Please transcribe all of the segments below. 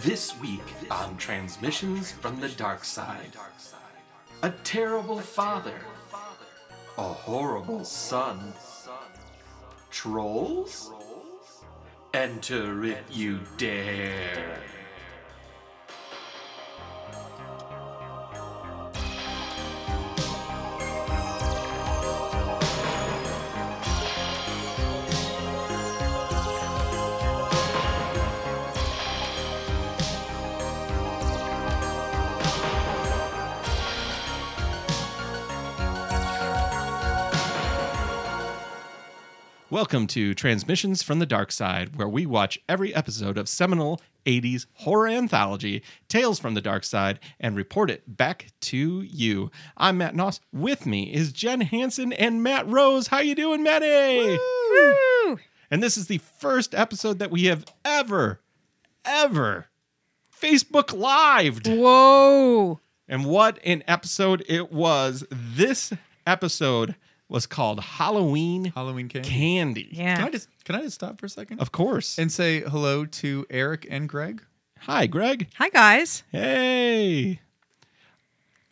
This week on Transmissions from the Dark Side a terrible father, a horrible son, trolls? Enter if you dare. Welcome to Transmissions from the Dark Side, where we watch every episode of seminal 80s horror anthology, Tales from the Dark Side, and report it back to you. I'm Matt Noss. With me is Jen Hansen and Matt Rose. How you doing, Matty? Woo! And this is the first episode that we have ever, ever Facebook lived. Whoa. And what an episode it was. This episode was called Halloween Halloween candy. Candy. Yeah. Can I just can I just stop for a second Of course. and say hello to Eric and Greg? Hi, Greg. Hi, guys. Hey.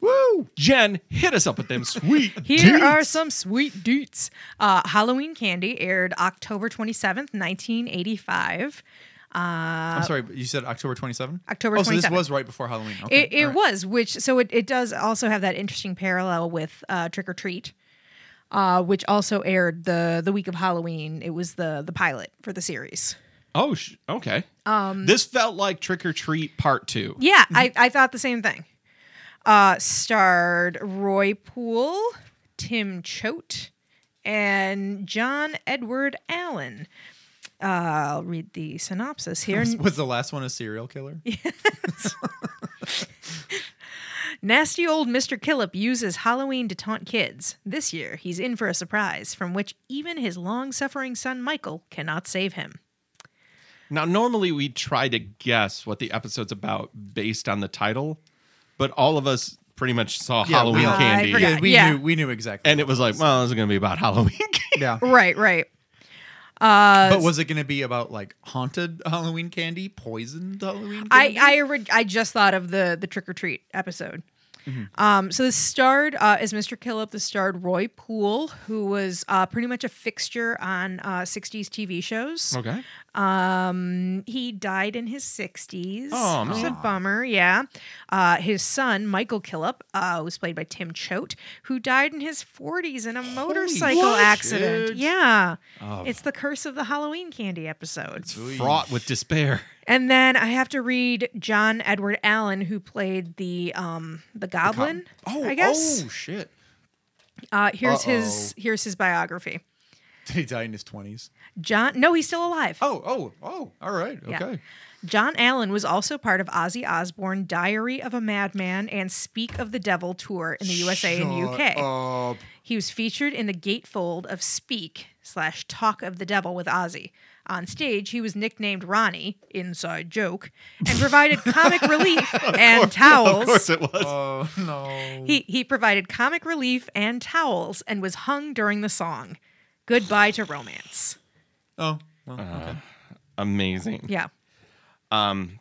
Woo! Jen, hit us up with them sweet. Here deets. are some sweet deets. Uh, Halloween Candy aired October 27th, 1985. I'm sorry, but you said October 27? Uh, October Oh, so this 27. was right before Halloween. Okay. It, it all right. was, which, so it, it does also have that interesting parallel with uh, Trick or Treat, uh, which also aired the, the week of Halloween. It was the, the pilot for the series. Oh, sh- okay. Um, this felt like Trick or Treat Part Two. Yeah, I, I thought the same thing. Uh, starred Roy Poole, Tim Choate, and John Edward Allen. Uh, I'll read the synopsis here. Was- Was the last one a serial killer? Nasty old Mr. Killip uses Halloween to taunt kids. This year, he's in for a surprise from which even his long suffering son Michael cannot save him. Now, normally we try to guess what the episode's about based on the title, but all of us pretty much saw Yeah, Halloween we all- Candy. I forgot. we yeah. knew we knew exactly. And it was like, well, this is going to be about Halloween. yeah. Right, right. But was it going to be about like haunted Halloween candy, poisoned Halloween? I Candy? I, orig- I just thought of the the trick or treat episode. Mm-hmm. Um, so this starred uh, as Mr. Killip. This starred Roy Poole, who was uh, pretty much a fixture on uh, '60s TV shows. Um, okay. He died in his 60s. Aw, it's a Oh, man. bummer. Yeah, uh, his son Michael Killip uh, was played by Tim Choate, who died in his 40s in a motorcycle what? accident. Shit. Oh, Yeah, it's the curse of the Halloween candy episode. Fraught with despair. And then I have to read John Edward Allen, who played the um the Goblin. oh, I guess. Oh shit! Uh, here's his here's his biography. Did he die in his 20s? John, no, he's still alive. Oh, oh, oh! All right, Yeah. okay. John Allen was also part of Ozzy Osbourne, Diary of a Madman, and Speak of the Devil tour in the USA and UK. Up. He was featured in the gatefold of Speak slash Talk of the Devil with Ozzy. On stage, he was nicknamed Ronnie, inside joke, and provided comic relief and towels. Of course it was. Oh no! He he provided comic relief and towels and was hung during the song. Goodbye to romance. Oh, well, Uh-huh. okay. Amazing. Yeah. Um Um,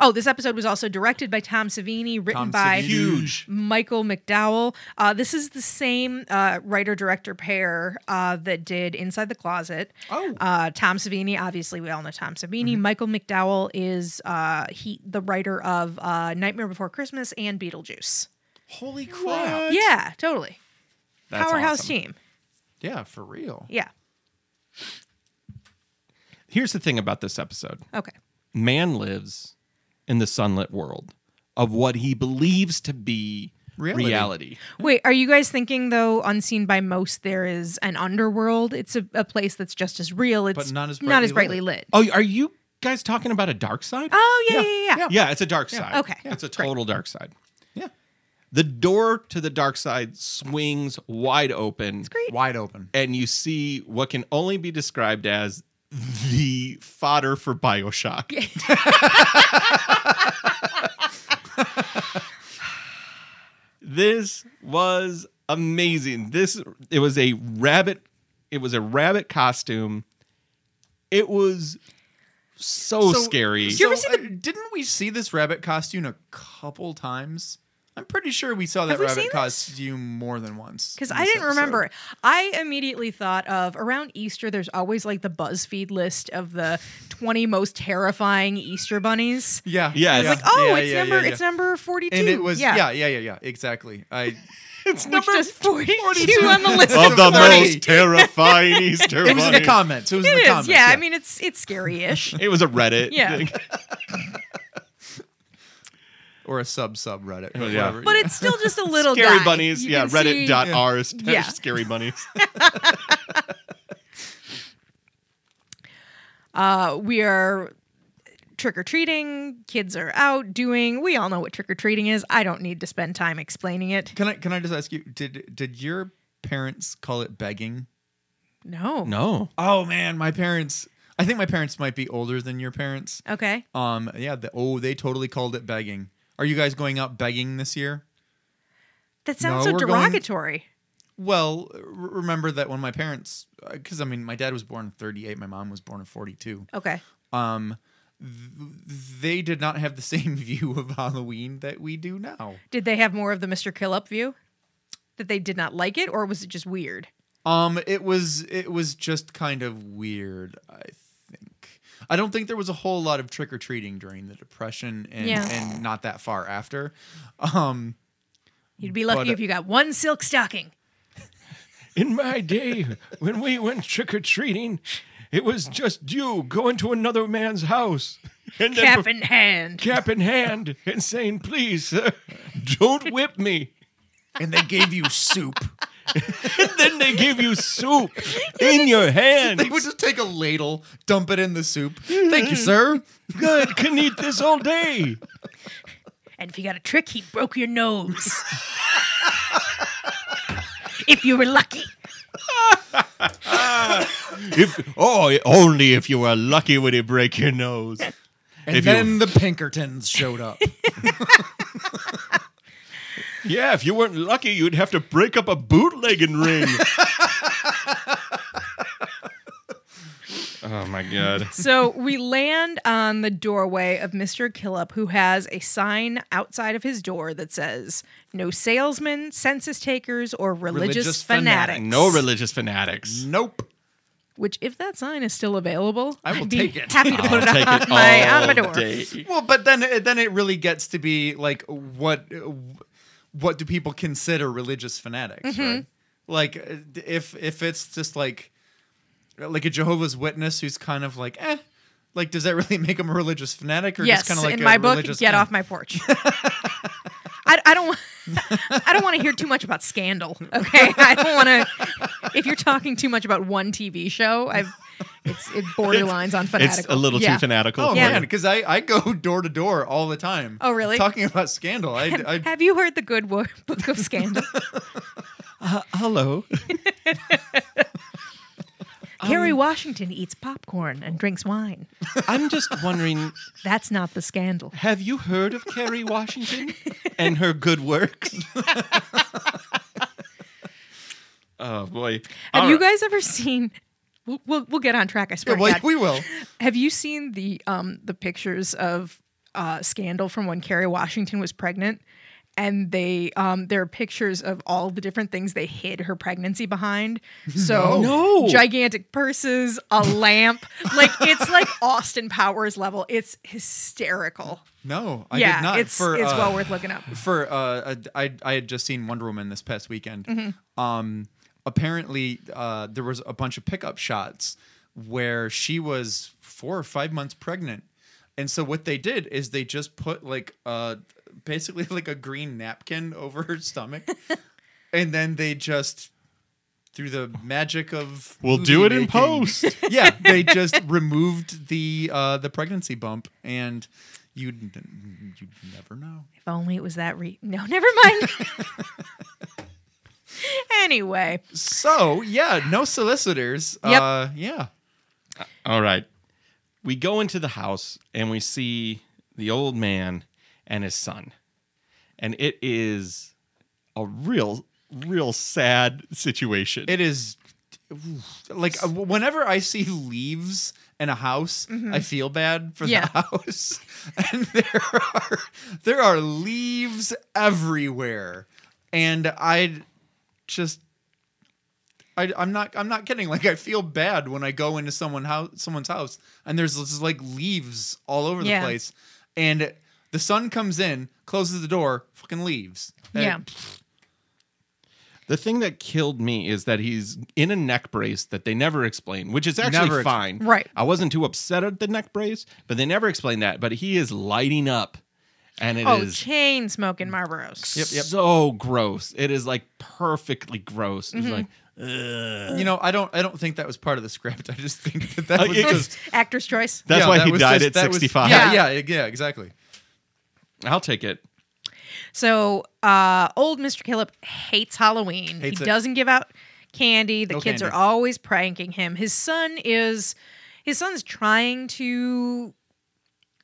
Oh, this episode was also directed by Tom Savini, written Tom by Savini. Huge. Michael McDowell. Uh, this is the same uh, writer director pair uh, that did Inside the Closet. Oh. uh, Tom Savini. Obviously, we all know Tom Savini. Mm-hmm. Michael McDowell is uh, he the writer of uh, Nightmare Before Christmas and Beetlejuice. Holy crap! Yeah, totally. That's Powerhouse awesome. team. Yeah, for real. Yeah. Here's the thing about this episode. Okay. man lives in the sunlit world of what he believes to be reality. Reality. Wait, are you guys thinking though? Unseen by most, there is an underworld. It's a, a place that's just as real. It's But not as not as brightly brightly lit. Oh, are you guys talking about a dark side? Oh yeah, yeah, yeah. yeah. yeah, it's a dark side. Okay. It's a total dark side. Yeah, The door to the dark side swings wide open. great. wide open. And you see what can only be described as the fodder for Bioshock. this was amazing. This it was a rabbit. It was a rabbit costume. It was so, So- scary. You ever so, see the- uh, didn't we see this rabbit costume a couple times? I'm pretty sure we saw that Have we rabbit seen this? costume more than once. Because in I this didn't episode. remember. I immediately thought of around Easter, there's always like the BuzzFeed list of the 20 most terrifying Easter bunnies. Yeah. Yeah, it's It's like, oh, yeah, it's yeah, number yeah, it's yeah. number 42. And it was yeah. yeah, yeah, yeah, Exactly. I It's number 42, on the list. of 40. the most terrifying Easter It was in the bunny. comments. It was in It the is. comments. yeah, I mean, it's it's scary-ish. It was a Reddit. Yeah. thing. or a sub subreddit. Oh, or yeah. whatever, but it's still just a little Scary guy. bunnies. You yeah, can see- reddit.r is Yeah. scary bunnies. Uh, we are trick or treating. Kids are out doing. We all know what trick or treating is. I don't need to spend time explaining it. Can I can I just ask you? Did did your parents call it begging? No. No. Oh man, my parents. I think my parents might be older than your parents. Okay. Um, yeah. The, oh, they totally called it begging. Are you guys going out begging this year? That sounds No, so we're going- derogatory. Well, r- remember that when my parents, because I mean, my dad was born in '38, my mom was born in '42. Okay. Um, th- they did not have the same view of Halloween that we do now. Did they have more of the Mr. Killup view? That they did not like it, or was it just weird? Um, it was it was just kind of weird. I think I don't think there was a whole lot of trick or treating during the Depression and Yeah. and not that far after. Um, You'd be lucky But- uh, if you got one silk stocking. In my day, when we went trick or treating, it was just you going to another man's house and then Cap pre- in hand. cap in hand and saying, "Please, sir, don't whip me." and they gave you soup. And then they give you soup in your hand. They would just take a ladle, dump it in the soup. Thank you, sir. Good, can eat this all day. And if you got a trick, he broke your nose. if you were lucky. If oh, only if you were lucky would it break your nose. And If you- then the Pinkertons showed up. Yeah, if you weren't lucky, you'd have to break up a bootlegging ring. oh my god. So we land on the doorway of Mr. Killup, who has a sign outside of his door that says, No salesmen, census takers, or religious, Religious fanatic. fanatics. No religious fanatics. nope. Which, if that sign is still available, I will would be take it. Happy to I'll put it take on, it my, all on my door. day. Well, but then it- then it really gets to be like what eh, what do people consider religious fanatics? Mm-hmm. Right? Like uh, if if it's just like like a Jehovah's Witness who's kind of like eh, like does that really make him a religious fanatic or Yes, just kind of like in a my book, religious get off my porch. I, I don't. wa- I don't want to hear too much about scandal. Okay, I don't want to. If you're talking too much about one TV show, I've it's it borderlines on fanatical. It's a little Yeah. too fanatical. Oh for me. Yeah. man, because I, I go door to door all the time. Oh, really? Talking about scandal. I, I Have you heard the Good Wo- Book of Scandal? Hello. Kerry Washington eats popcorn and drinks wine. I'm just wondering, That's not the scandal. have you heard of Carrie Washington and her good works? oh boy. Have All you right. guys ever seen? We'll, we'll, we'll get on track. I swear. yeah, to well, God. we will. Have you seen the um the pictures of uh scandal from when Kerry Washington was pregnant? And they um there are pictures of all the different things they hid her pregnancy behind. So No. No. gigantic purses, a lamp. Like it's like Austin Powers level. It's hysterical. No, I yeah, did not. it's for, it's uh, well worth looking up. for uh, I I had just seen Wonder Woman this past weekend. Um, apparently, uh, there was a bunch of pickup shots where she was four or five months pregnant, and so what they did is they just put like uh, basically like a green napkin over her stomach, and then they just through the magic of We'll movie do it in making- post. yeah, they just removed the uh, the pregnancy bump, and you you never know. If only it was that re no, never mind. anyway. So yeah, no solicitors. Yep. Uh, yeah. All right. We go into the house and we see the old man and his son. And it is a real, real sad situation. It is oof, like uh, whenever I see leaves and a house. I feel bad for Mm-hmm. Yeah. the house. And there are there are leaves everywhere. And I just I, I'm not. I'm not kidding. Like I feel bad when I go into someone house, someone's house, and there's just like leaves all over Yeah. the place, and the sun comes in, closes the door, fucking leaves. And- Yeah. The thing that killed me is that he's in a neck brace that they never explain, which is actually Never ex- fine. Right. I wasn't too upset at the neck brace, but they never explain that. But he is lighting up, and it is oh, chain smoking Marlboros. Yep, yep. so gross. It is like perfectly gross. Mm-hmm. It's like, ugh. you know, I don't. I don't think that was part of the script. I just think that that Uh, was it- just. Actor's choice. That's yeah, why that he was died just- at that was- 65. yeah, yeah, yeah, exactly. I'll take it. So uh, old Mr. Killip hates Halloween. Hates he it. doesn't give out candy. The No kids candy. are always pranking him. His son is his son's trying to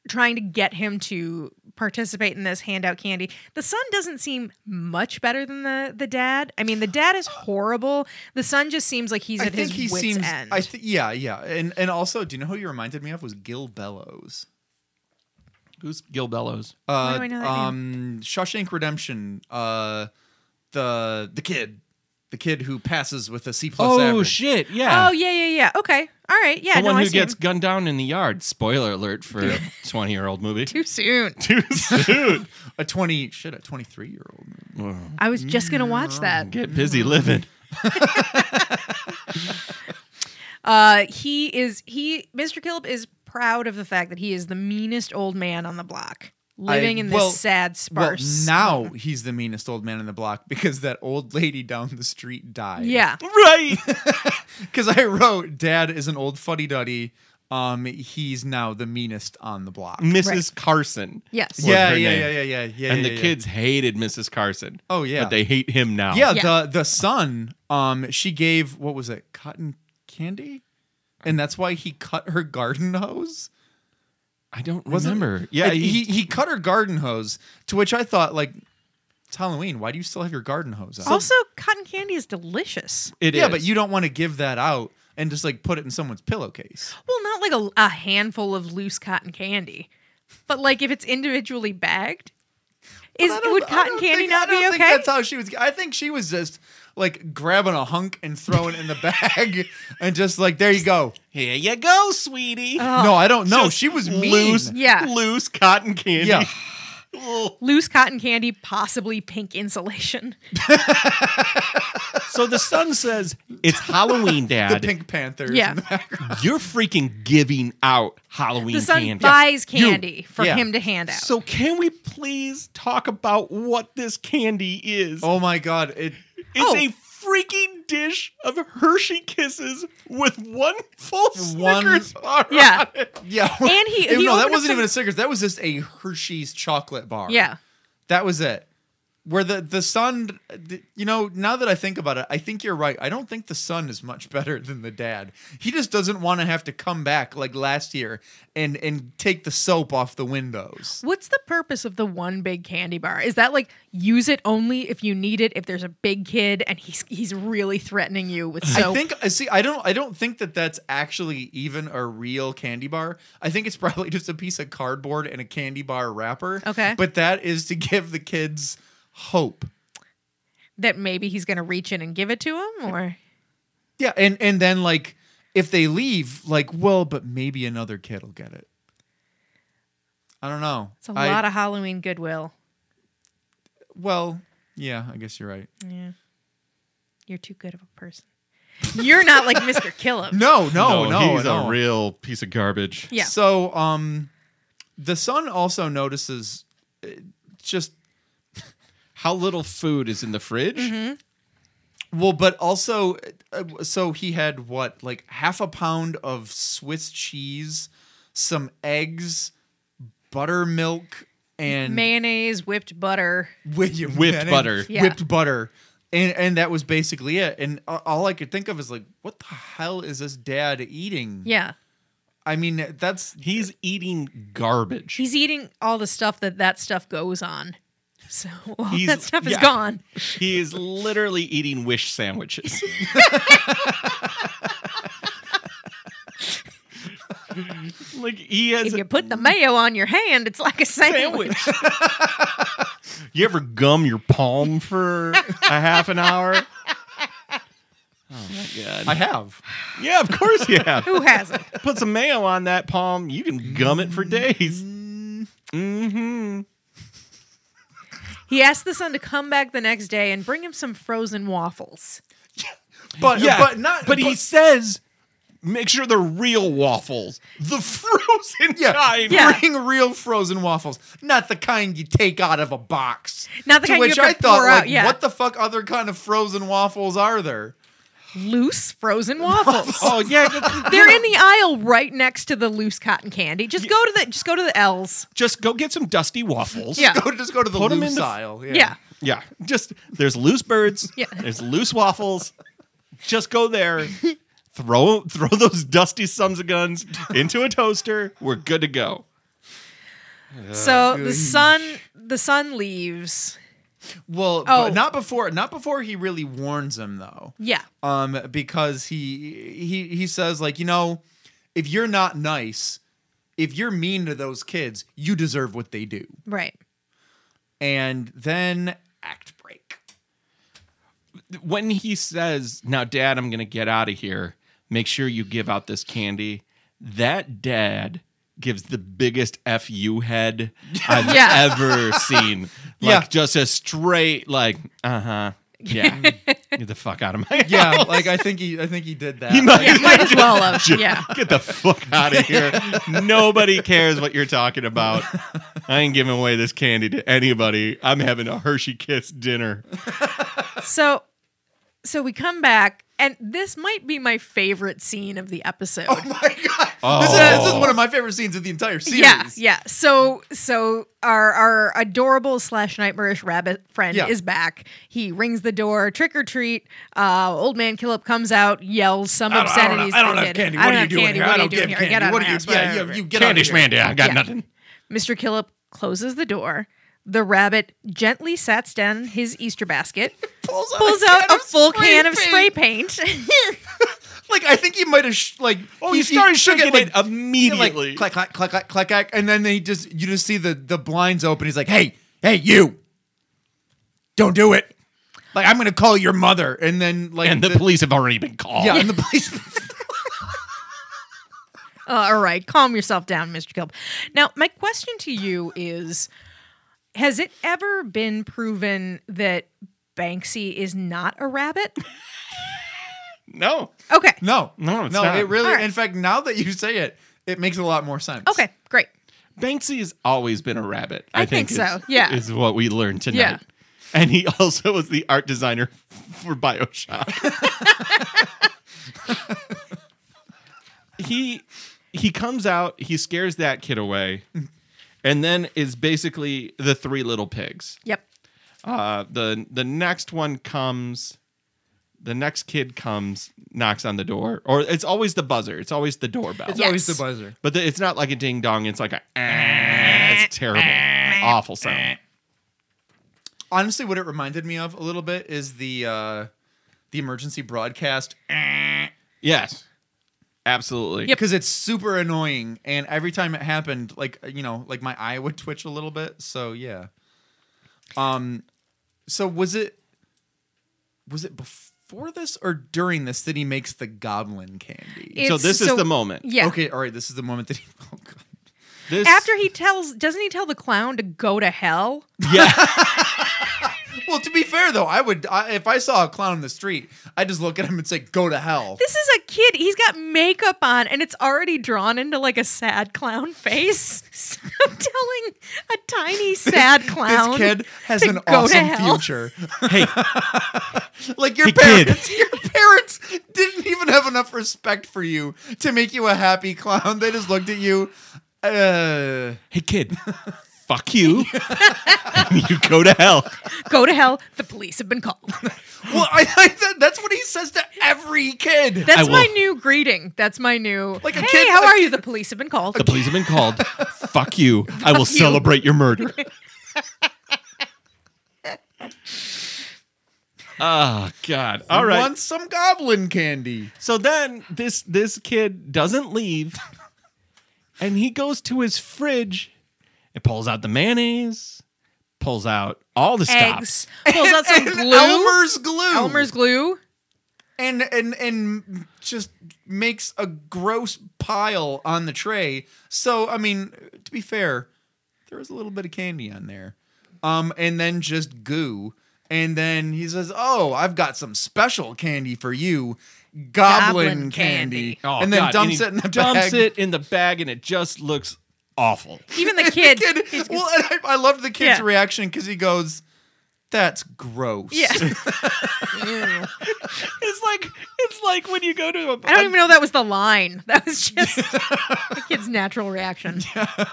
trying to get him to participate in this hand out candy. The son doesn't seem much better than the the dad. I mean, the dad is horrible. The son just seems like he's I at think his he wits seems. end. I th- yeah, yeah, and and also, do you know who you reminded me of was Gil Bellows. Who's Gil Bellows? Uh, do I know that name? um, Shawshank Redemption. Uh, the the kid, the kid who passes with a C plus. oh average. shit! Yeah. oh yeah, yeah, yeah. Okay, all right, yeah. the no, one I who see him. gets gunned down in the yard. Spoiler alert for a 20 year old movie. too soon. Too soon. a twenty shit a twenty three year old. I was just gonna watch that. Get busy living. Uh, he is he Mr. Killip is proud of the fact that he is the meanest old man on the block, living in this well- sad sparse. Well, now he's the meanest old man in the block because that old lady down the street died. yeah, Right. because I wrote, "Dad is an old fuddy duddy. Um, he's now the meanest on the block." Mrs. Right. Carson. yes, Well, Yeah, her yeah, name. yeah, yeah, yeah, yeah. and yeah, the yeah. kids hated Mrs. Carson. Oh, yeah. But they hate him now. Yeah, Yeah. the the son. Um, she gave what was it, cotton candy, and that's why he cut her garden hose. I don't Wasn't- remember. Yeah. Like, he, he cut her garden hose. To which I thought, like, it's Halloween. Why do you still have your garden hose out? Also, cotton candy is delicious. it yeah, is. but you don't want to give that out and just like put it in someone's pillowcase. Well, not like a, a handful of loose cotton candy, but like if it's individually bagged, is I don't- would I cotton don't candy think- not I don't be think okay? that's how she was. I think she was just like grabbing a hunk and throwing it in the bag, and just like there you go. Here you go, sweetie. Oh. No, I don't know. Uh, Just She was mean. loose, Yeah. loose cotton candy. Yeah. Ugh. Loose cotton candy, possibly pink insulation. so the son says, "It's Halloween, The Dad. Pink Panthers. Yeah. In the background. You're freaking giving out Halloween The son candy." buys You- candy for Yeah. him to hand out. So can we please talk about what this candy is? Oh my god! It It's Oh. a freaking dish of Hershey Kisses with one full One- Snickers bar. Yeah. on it. yeah. And he- It- he opened no, up that wasn't some- even a Snickers. That was just a Hershey's chocolate bar. yeah. that was it. Where the the son, the- you know, now that I think about it, I think you're right. I don't think the son is much better than the dad. He just doesn't want to have to come back like last year and and take the soap off the windows. What's the purpose of the one big candy bar? Is that like use it only if you need it? If there's a big kid and he's he's really threatening you with soap? I think I see. I don't. I don't think that that's actually even a real candy bar. I think it's probably just a piece of cardboard and a candy bar wrapper. Okay. But that is to give the kids hope. that maybe he's going to reach in and give it to him, or Yeah, and and then like if they leave, like well, but maybe another kid will get it. I don't know. it's a lot of Halloween goodwill. well. Yeah, I guess you're right. Yeah, you're too good of a person. You're not like Mr. Killip. No, no, no, Oh, he's no. a real piece of garbage. Yeah. So, um, the son also notices uh, just How little food is in the fridge? Mm-hmm. Well, but also, uh, so he had what, like half a pound of Swiss cheese, some eggs, buttermilk, and Mayonnaise, whipped butter. Whip- yeah, Whipped mayonnaise- butter. Yeah. whipped butter, and and that was basically it. And a- all I could think of is like, what the hell is this dad eating? Yeah, I mean, that's He's eating garbage. he's eating all the stuff that that stuff goes on. So all He's- that stuff is yeah. gone. He is literally eating wish sandwiches. Like he has If you put the mayo on your hand, it's like a sandwich. sandwich. you ever gum your palm for a half an hour? Oh my god! I have. yeah, of course you have. Who hasn't? Put some mayo on that palm. You can gum it for days. Mm-hmm. He asked the son to come back the next day and bring him some frozen waffles. But Yeah, but not But he says, make sure they're real waffles, the frozen Yeah. kind. Yeah. Bring real frozen waffles, not the kind you take out of a box. Not the to kind you which have to I thought, pour like, out, yeah. what the fuck other kind of frozen waffles are there? Loose frozen waffles. Oh yeah, that's- They're in the aisle right next to the loose cotton candy. Just go to the just go to the L's. just go get some dusty waffles. Yeah. Go just go to the Put 'em in loose the- aisle. Yeah. Yeah. Just there's loose birds. Yeah. There's loose waffles. Just go there. Throw throw those dusty sums of guns into a toaster. We're good to go. So the Ugh. son the son leaves. Well, Oh. but not before not before he really warns him though. Yeah. um, because he he he says like you know, if you're not nice, if you're mean to those kids, you deserve what they do. Right. And then act break. When he says, "Now, Dad, I'm gonna get out of here. Make sure you give out this candy," that dad gives the biggest fu head I've Yeah. ever seen. Like Yeah. just a straight like, uh huh, yeah, get the fuck out of my Yeah, like I think he I think he did that. He Like, might, Might as well have. Yeah. Get the fuck out of here. Nobody cares what you're talking about. I ain't giving away this candy to anybody. I'm having a Hershey Kiss dinner. So so we come back and this might be my favorite scene of the episode. Oh, this, is, this is Oh. one of my favorite scenes of the entire series. Oh Yeah, yeah. So, so our our adorable slash nightmarish rabbit friend Yeah. is back. He rings the door, trick or treat. Uh, old man Killip comes out, yells some I don't, I don't obscenities. know- I don't to the have kid. candy. I What are you have doing candy. here? What I are you don't doing give here? candy. Get out What of are you? my house. Yeah, Whatever. you, you get out of Candy here. schmandy. I got Yeah. nothing. Mr. Killip closes the door. The rabbit gently sets down his Easter basket, Pulls out, pulls a, out can a of full spray can of paint. spray paint. Like I think he might have sh- like Oh, he, you he started shook shaking it like it immediately. Like clack clack clack clack clack clack, and then he just you just see the the blinds open. He's like, "Hey, hey, you, don't do it." Like I'm gonna call your mother, and then like and the, police have already been called. yeah, and the police. Uh, all right, calm yourself down, Mr. Kilp. Now, my question to you is Has it ever been proven that Banksy is not a rabbit? No. Okay. no, No, it's no, not. it really. All right. In fact, now that you say it, it makes a lot more sense. Okay, great. Banksy's always been a rabbit. I think so, is- yeah. Is what we learned tonight. Yeah. And he also was the art designer for Bioshock. he he comes out, he scares that kid away, and then is basically the three little pigs. Yep. Uh, the the next one comes, the next kid comes, knocks on the door, or it's always the buzzer, it's always the doorbell. it's Yes. always the buzzer. But the, it's not like a ding dong. It's like a. Eh, eh, It's terrible, awful sound. Honestly, what it reminded me of a little bit is the uh the emergency broadcast Yes, absolutely. Yep. because it's super annoying and every time it happened like uh, you know like my eye would twitch a little bit so yeah um so was it was it before this or during this that he makes the goblin candy So It's- this is so- the moment. Yeah. okay all right this is the moment that he oh god This, After he tells, doesn't he tell the clown to go to hell? yeah, well to be fair though i would I, if i saw a clown in the street i just look at him and say go to hell This is a kid. He's got makeup on and it's already drawn into like a sad clown face. So I'm telling a tiny sad clown. this kid has to an go to awesome hell. future. hey, Like your Hey, kid. parents, your parents didn't even have enough respect for you to make you a happy clown. They just looked at you. Uh, hey, kid, fuck you. you go to hell. Go to hell. The police have been called. well, I, I that, that's what he says to every kid. That's I my will- new greeting. That's my new. Like a hey, kid- how a are you? The police have been called. The police have been called. fuck you. I will Fuck you. celebrate your murder. oh God! All right. want some goblin candy? So then this this kid doesn't leave. and he goes to his fridge and pulls out the mayonnaise, pulls out all the Eggs. stuff. Pulls out some And glue. Elmer's glue. Elmer's glue. and and and just makes a gross pile on the tray. So I mean, to be fair, there was a little bit of candy on there, um, and then just goo. And then he says, "Oh, I've got some special candy for you, goblin, Goblin candy." candy. Oh, and then God, dumps he it in the dumps bag. it in the bag, and it just looks awful. Even the kid. The kid- well, and I, I loved the kid's Yeah. reaction because he goes, "That's gross." yeah. It's like it's like when you go to a I don't even know that was the line. That was just the kid's natural reaction.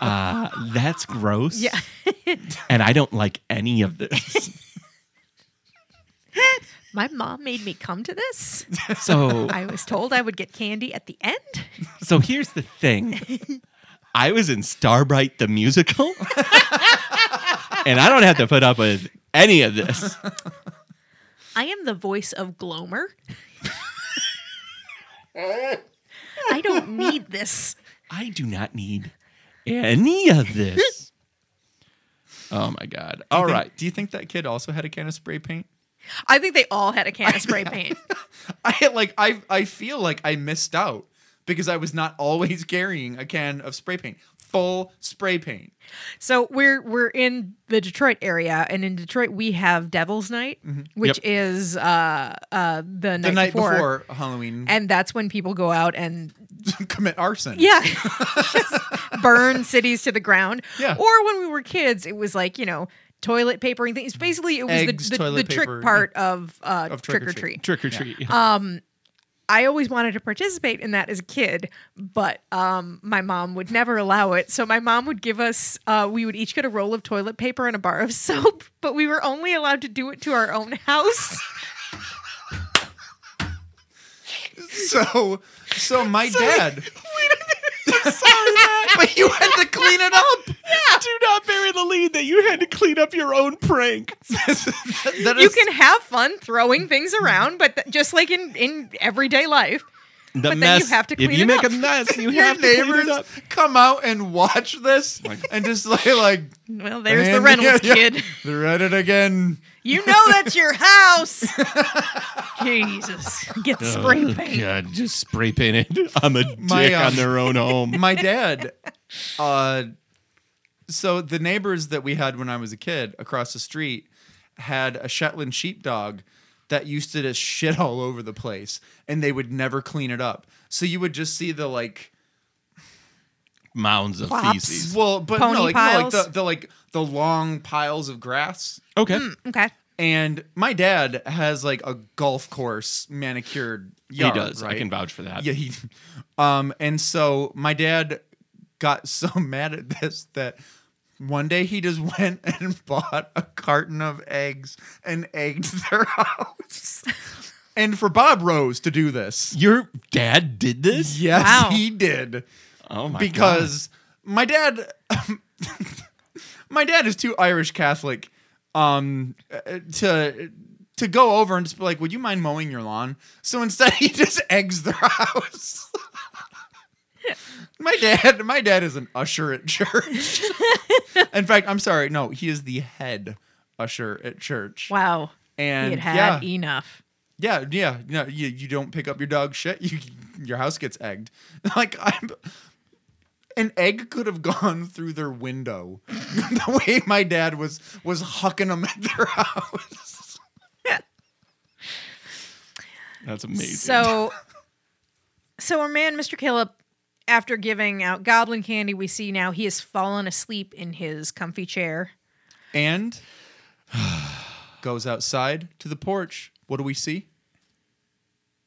uh, that's gross. Yeah. and I don't like any of this. My mom made me come to this. So I was told I would get candy at the end. so here's the thing. I was in Starbright the musical, and I don't have to put up with any of this. I am the voice of Glomer. I don't need this. I do not need any of this. Oh my god! All All right. right. Do you think that kid also had a can of spray paint? I think they all had a can of spray paint. I like I I feel like I missed out because I was not always carrying a can of spray paint, full spray paint. So we're we're in the Detroit area, and in Detroit we have Devil's Night, which Yep. is uh, uh, the night, The night before. before, Halloween, and that's when people go out and commit arson. yeah, just burn cities to the ground. Yeah. Or when we were kids, it was like you know toilet papering things. Basically, it was Eggs, the the, the toilet trick paper, part of, uh, Of trick or trick-or-treat. treat. Trick or treat. I always wanted to participate in that as a kid, but um, my mom would never allow it. So my mom would give us, uh, we would each get a roll of toilet paper and a bar of soap, but we were only allowed to do it to our own house. So so my dad, Sorry, Matt. but you had to clean it up. Do not bury the lead that you had to clean up your own prank. That you is- can have fun throwing things around, but th- just like in, in everyday life, The then mess- you have to if clean you it make up. a mess, you your have to clean it neighbors up. come out and watch this and just say like, well, there's the "Man, Reynolds yeah, yeah, kid. They're at it again. You know that's your house. Jesus, get the spray paint. Oh, uh, God, just spray painted. I'm a dick My, um, on their own home. my dad uh so the neighbors that we had when I was a kid across the street had a Shetland sheepdog that used to just shit all over the place and they would never clean it up. So you would just see the like Mounds of Flops. feces. well but Pony no like, no, like piles? the, the like the long piles of grass. Okay. Okay. And my dad has like a golf course manicured He yard. does. right? I can vouch for that. Yeah, he. Um, and so my dad got so mad at this that one day he just went and bought a carton of eggs and egged their house. and for Bob Rose to do this, Your dad did this? yes, Wow. he did Oh my god. because my dad, my dad is too Irish Catholic, um, uh, to. To go over and just be like, would you mind mowing your lawn? So instead, he just eggs their house. My dad, my dad is an usher at church. In fact, I'm sorry, no, he is the head usher at church. Wow. And he had yeah, had enough. yeah, yeah, no, you, you don't pick up your dog shit. You, your house gets egged. Like I'm, an egg could have gone through their window. the way my dad was was hucking them at their house. That's amazing. So, so our man, Mr. Caleb, after giving out goblin candy, we see now he has fallen asleep in his comfy chair. And goes outside to the porch. What do we see?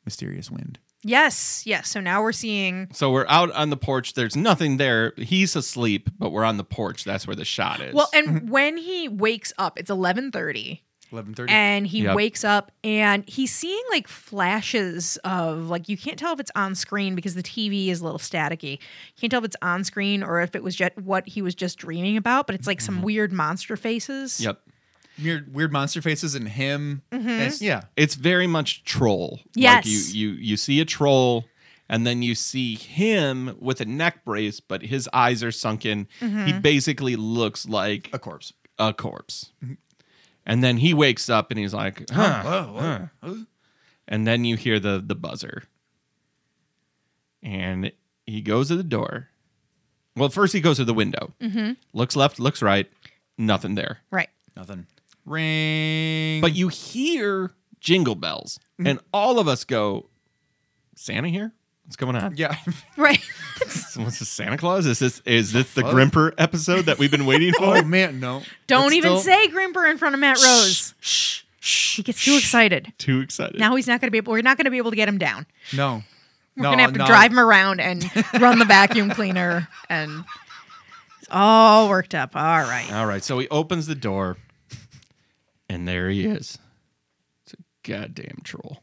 Mysterious wind. Yes, yes. So now we're seeing. So we're out on the porch. There's nothing there. He's asleep, but we're on the porch. That's where the shot is. Well, and when he wakes up, it's eleven thirty, Eleven thirty. and he Yep. wakes up and he's seeing like flashes of like you can't tell if it's on screen because the TV is a little staticky. You can't tell if it's on screen or if it was just what he was just dreaming about, but it's like some weird monster faces. Mm-hmm. yep. weird, weird monster faces and Mm-hmm. him. And- yeah. It's very much troll. Like Yes. you you you see a troll and then you see him with a neck brace, but his eyes are sunken. He Mm-hmm. basically looks like a corpse. a corpse. And then he wakes up and he's like, huh. and then you hear the the buzzer. And he goes to the door. Well, first he goes to the window. Looks left, looks right, nothing there. Right. Nothing. Ring. But you hear jingle bells, and all of us go, Santa here? What's going on? yeah, Right. What's this Santa Claus? Is this is this the fuck? Grimper episode that we've been waiting for? oh man, no. Don't It's even still- say Grimper in front of Matt Rose. Shh, He gets too excited. Too excited. Now he's not going to be able. We're not going to be able to get him down. No. We're no, going to have to no. drive him around and run the vacuum cleaner and it's all worked up. All right. All right, so he opens the door, and there he is. It's a goddamn troll.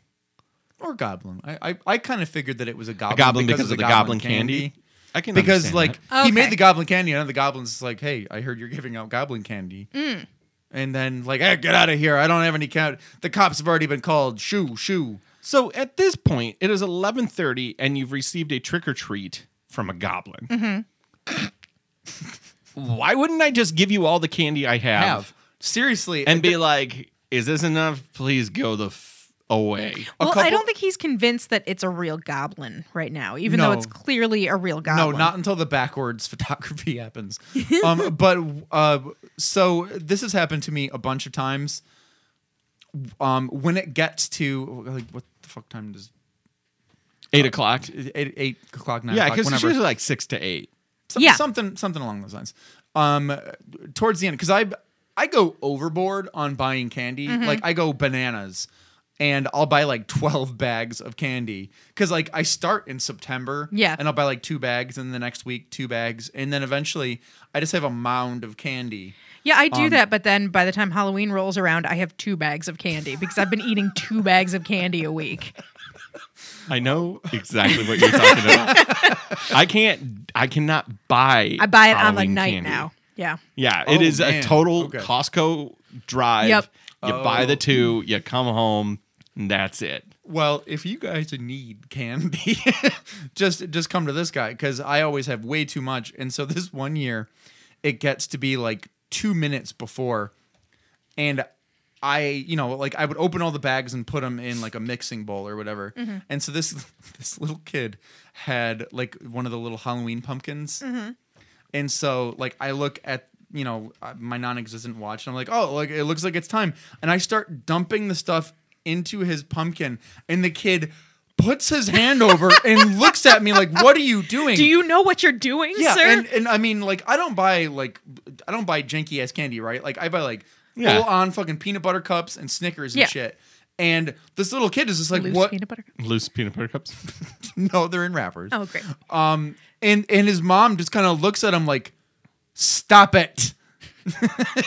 or goblin. I I, I kind of figured that it was a goblin, A goblin because, of the goblin, candy. I can Because understand like that. Okay. he made the goblin candy, and then the goblin's like, "Hey, I heard you're giving out goblin candy." Mm. And then like, "Hey, get out of here! I don't have any count. The cops have already been called. Shoo, shoo." so at this point, it is eleven thirty, and you've received a trick or treat from a goblin. Mm-hmm. Why wouldn't I just give you all the candy I have, Have seriously and it- be like, "Is this enough? Please go the f- away." Well, I couple- don't think he's convinced that it's a real goblin right now, even though No. it's clearly a real No, goblin. not until the backwards photography happens. um, but uh, so this has happened to me a bunch of times. Um, when it gets to like what the fuck time does Eight o'clock. eight, eight o'clock nine Yeah, o'clock because it's whenever usually like six to eight. Some, Yeah. something something along those lines. Um, towards the end, because I I go overboard on buying candy. Mm-hmm. Like I go bananas, and I'll buy like twelve bags of candy because like I start in September. Yeah. and I'll buy like two bags, and the next week two bags, and then eventually I just have a mound of candy. Yeah, I do um, that, but then by the time Halloween rolls around, I have two bags of candy because I've been eating two bags of candy a week. I know exactly what you're talking about. I can't. I cannot buy. I buy it on Halloween the night candy. now. Yeah. Yeah, it Oh, is man. a total Okay. Costco drive. Yep. You buy the Oh. two. You come home. And that's it. Well, if you guys need candy, just just come to this guy because I always have way too much. And so this one year, it gets to be like two minutes before, and I, you know, like I would open all the bags and put them in like a mixing bowl or whatever. And so this this little kid had like one of the little Halloween pumpkins, and so like I look at you know uh, my non-existent watch and I'm like, "Oh, like it looks like it's time." And I start dumping the stuff into his pumpkin and the kid puts his hand over and looks at me like, "What are you doing?" Do you know what you're doing, yeah, sir? and and I mean like I don't buy like I don't buy janky ass candy, right? Like I buy like Yeah. full on fucking peanut butter cups and Snickers and Yeah. shit. And this little kid is just like, Loose "What? peanut butter. Loose peanut butter cups. No, they're in wrappers." Oh, great. Um, and and his mom just kind of looks at him like, "Stop it."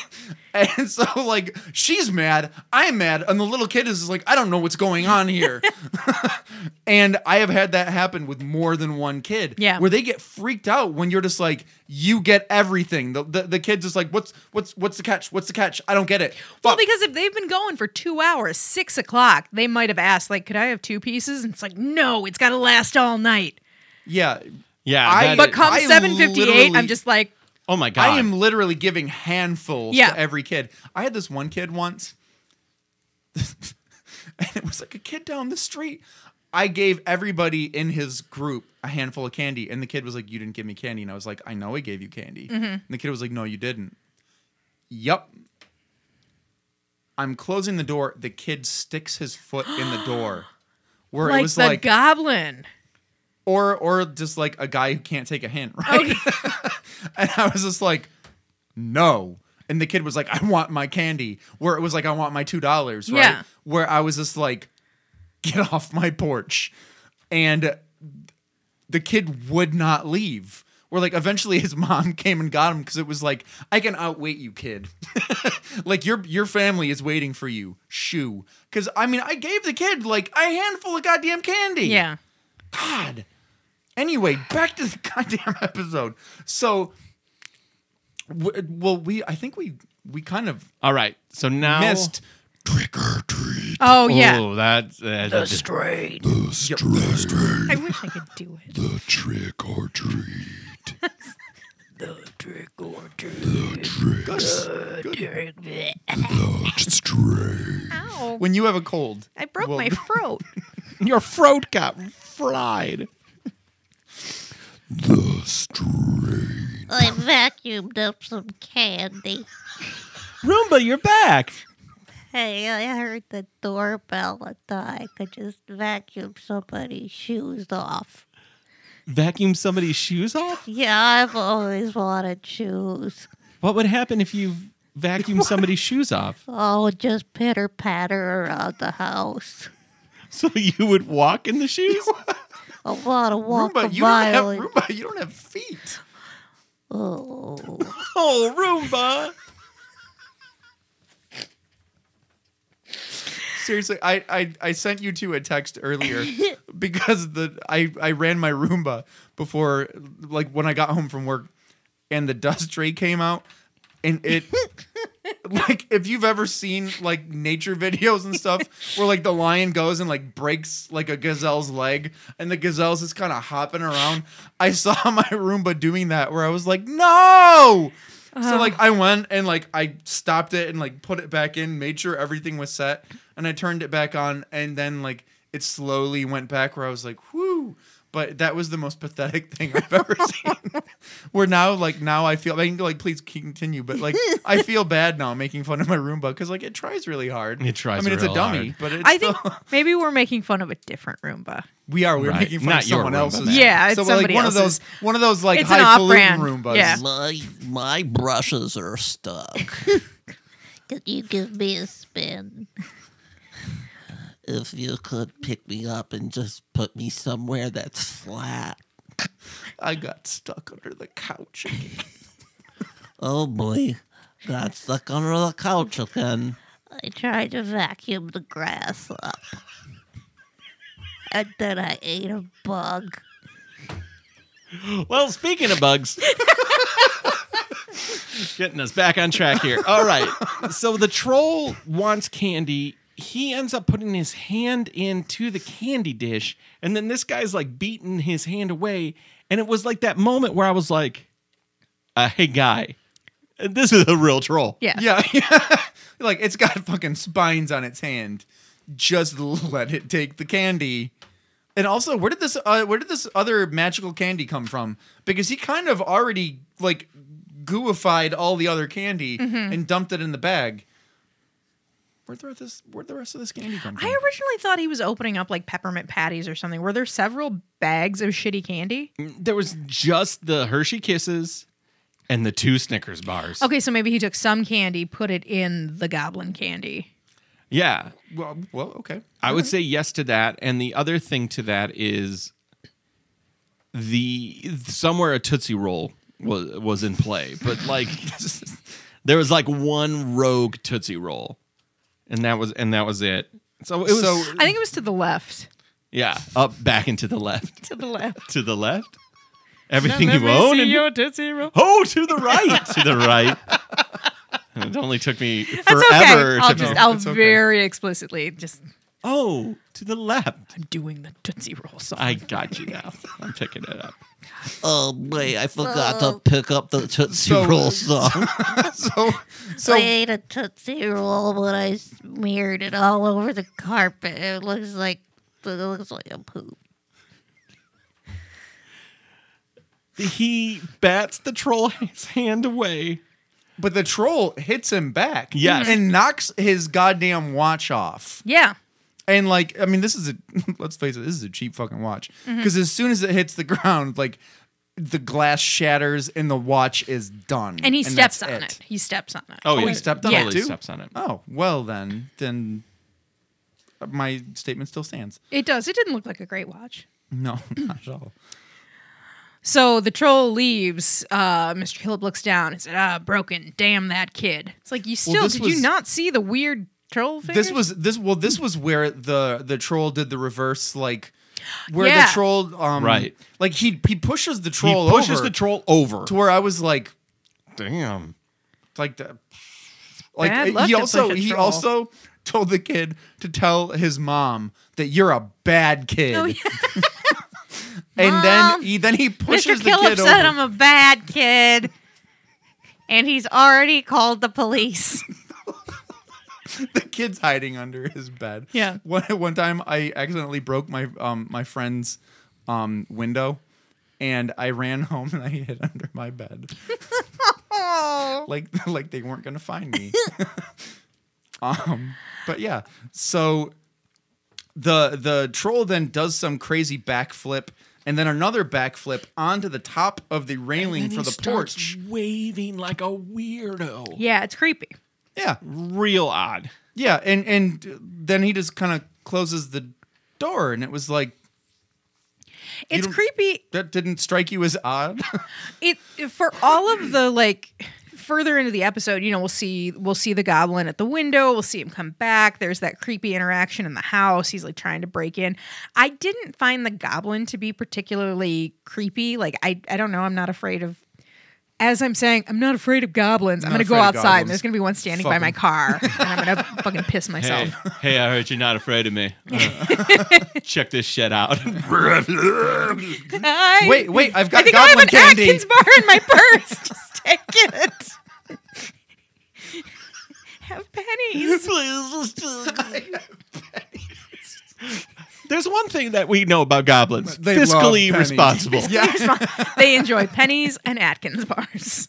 and so like she's mad, I'm mad, and the little kid is just like, "I don't know what's going on here." and I have had that happen with more than one kid, Yeah. where they get freaked out when you're just like, "You get everything." The the, the kid's just like, "What's what's what's the catch? What's the catch? I don't get it." Well, Fuck. because if they've been going for two hours, six o'clock, they might have asked, like, could I have two pieces? And it's like, no, it's got to last all night. yeah, Yeah. I- that But is- come I 758, literally- I'm just like, oh my god. I am literally giving handfuls Yeah. to every kid. I had this one kid once, and it was like a kid down the street. I gave everybody in his group a handful of candy, and the kid was like, "You didn't give me candy," and I was like, "I know I gave you candy." Mm-hmm. And the kid was like, "No, you didn't." Yep. I'm closing the door. The kid sticks his foot in the door, where it like was the like, goblin. or or just like a guy who can't take a hint, right? and I was just like, no. And the kid was like, I want my candy. Where it was like, I want my two dollars, right? Yeah. Where I was just like, get off my porch. And the kid would not leave. Where like eventually his mom came and got him because it was like, I can outwait you, kid. like your your family is waiting for you. Shoo. Cause I mean, I gave the kid like a handful of goddamn candy. Yeah. God. Anyway, back to the goddamn episode. So, w- well, we I think we we kind of All right. So now missed trick or treat. Oh yeah. Oh, that, uh, that just- straight. The straight, I wish I could do it. the trick or treat. good. The straight, Ow. When you have a cold, I broke Well- my throat. Your throat got fried. the straight, I vacuumed up some candy. Roomba, you're back. Hey, I heard the doorbell. I thought I could just vacuum somebody's shoes off. Vacuum somebody's shoes off? Yeah, I've always wanted shoes. What would happen if you vacuumed somebody's shoes off? Oh, just pitter patter around the house. So you would walk in the shoes? I want to walk Roomba, a you don't have mile. in- Roomba, you don't have feet. Oh, Oh, Roomba. Seriously, I, I I sent you two a text earlier because the I I ran my Roomba before like when I got home from work and the dust tray came out and it like if you've ever seen like nature videos and stuff where like the lion goes and like breaks like a gazelle's leg and the gazelle's just kind of hopping around i saw my roomba doing that where i was like no Uh-huh. so like i went and like i stopped it and like put it back in made sure everything was set and i turned it back on and then like it slowly went back where i was like whoo but that was the most pathetic thing I've ever seen. Where now, like now, I feel I can go like, please continue, but like I feel bad now making fun of my Roomba because like it tries really hard. It tries I mean, it's a real dummy, but it's I think still- maybe we're making fun of a different Roomba. we are we're Right. making fun Not of your someone Roomba, else's. man. Yeah, it's so we're, like somebody one of those else's. one of those like It's an highfalutin off-brand. Roombas. Yeah. My my brushes are stuck. could you give me a spin? if you could pick me up and just put me somewhere that's flat. I got stuck under the couch. again. Oh boy, got stuck under the couch again. I tried to vacuum the grass up. And then I ate a bug. Well, speaking of bugs, getting us back on track here. All right. So the troll wants candy. He ends up putting his hand into the candy dish, and then this guy's like beating his hand away. And it was like that moment where I was like, uh, "Hey, guy, this is a real troll." Yeah. yeah, yeah. like it's got fucking spines on its hand. Just let it take the candy. And also, where did this uh, where did this other magical candy come from? Because he kind of already like gooified all the other candy and dumped it in the bag. Where'd the rest of this Where'd the rest of this candy come I from? originally thought he was opening up like peppermint patties or something. Were there several bags of shitty candy? Mm. There was just the Hershey kisses and the two Snickers bars. Okay, so maybe he took some candy, put it in the goblin candy. Yeah, well, well, okay. I would say yes to that. And the other thing to that is the somewhere a Tootsie Roll was was in play, but like there was like one rogue Tootsie Roll, and that was and that was it. So it was so I think it was to the left. yeah, up back and to the left, To the left. to the left, everything you own, and oh to the right, to the right. And it only took me That's forever okay. to I'll be- just, I'll It's okay. very explicitly just, oh to the left. I'm doing the Tootsie Roll song. I got you now. I'm picking it up. Oh boy, I forgot to pick up the Tootsie So- Roll song. so so I ate a Tootsie Roll, but I smeared it all over the carpet. It looks like it looks like a poop. he bats the troll's hand away. but the troll hits him back. Yes. And knocks his goddamn watch off. yeah. And like, I mean, this is a let's face it, this is a cheap fucking watch. Mm-hmm. Because as soon as it hits the ground, like the glass shatters and the watch is done. And he steps on that's it. He steps on it. yeah. he stepped on Yeah. it Totally too? steps Oh, on it. Oh well, then then my statement still stands. It does. It didn't look like a great watch. No, not at all. So the troll leaves. Uh, Mr. Caleb looks down and said, "Ah, broken. Damn that kid." It's like you still this did was- you not see the weird troll figure? This was this well, this was where the the troll did the reverse, like where Yeah. the troll um Right. like he he pushes the troll he pushes over the troll over. to where I was like, Damn. like the like Bad luck he to push also a he troll. also told the kid to tell his mom that you're a bad kid. Oh, yeah. and Mom, then he then he pushes Mr. the Killip kid over. said I'm a bad kid. And he's already called the police. the kid's hiding under his bed. Yeah. One one time, I accidentally broke my um my friend's um window, and I ran home and I hid under my bed, Oh. like like they weren't gonna find me. um, but yeah, so the the troll then does some crazy backflip. And then another backflip onto the top of the railing for the porch. waving like a weirdo. Yeah, it's creepy. Yeah, Real odd. Yeah, and and then he just kind of closes the door, and it was like It's don't- creepy. that didn't strike you as odd. It for all of the like further into the episode, you know, we'll see we'll see the goblin at the window, we'll see him come back. There's that creepy interaction in the house. He's like trying to break in. I didn't find the goblin to be particularly creepy. Like I I don't know, I'm not afraid of as I'm saying, I'm not afraid of goblins. I'm Not going to go afraid of outside. goblins. And there's going to be one standing Fuck by my 'em. car, and I'm going to fucking piss myself. Hey, hey, I heard you're not afraid of me. Uh, Check this shit out. I- wait, wait, I've I got think I have an goblin candy. Atkins bar in my purse. Just take it. have pennies. Please, just- There's one thing that we know about goblins: They love fiscally pennies. responsible. yeah, They enjoy pennies and Atkins bars.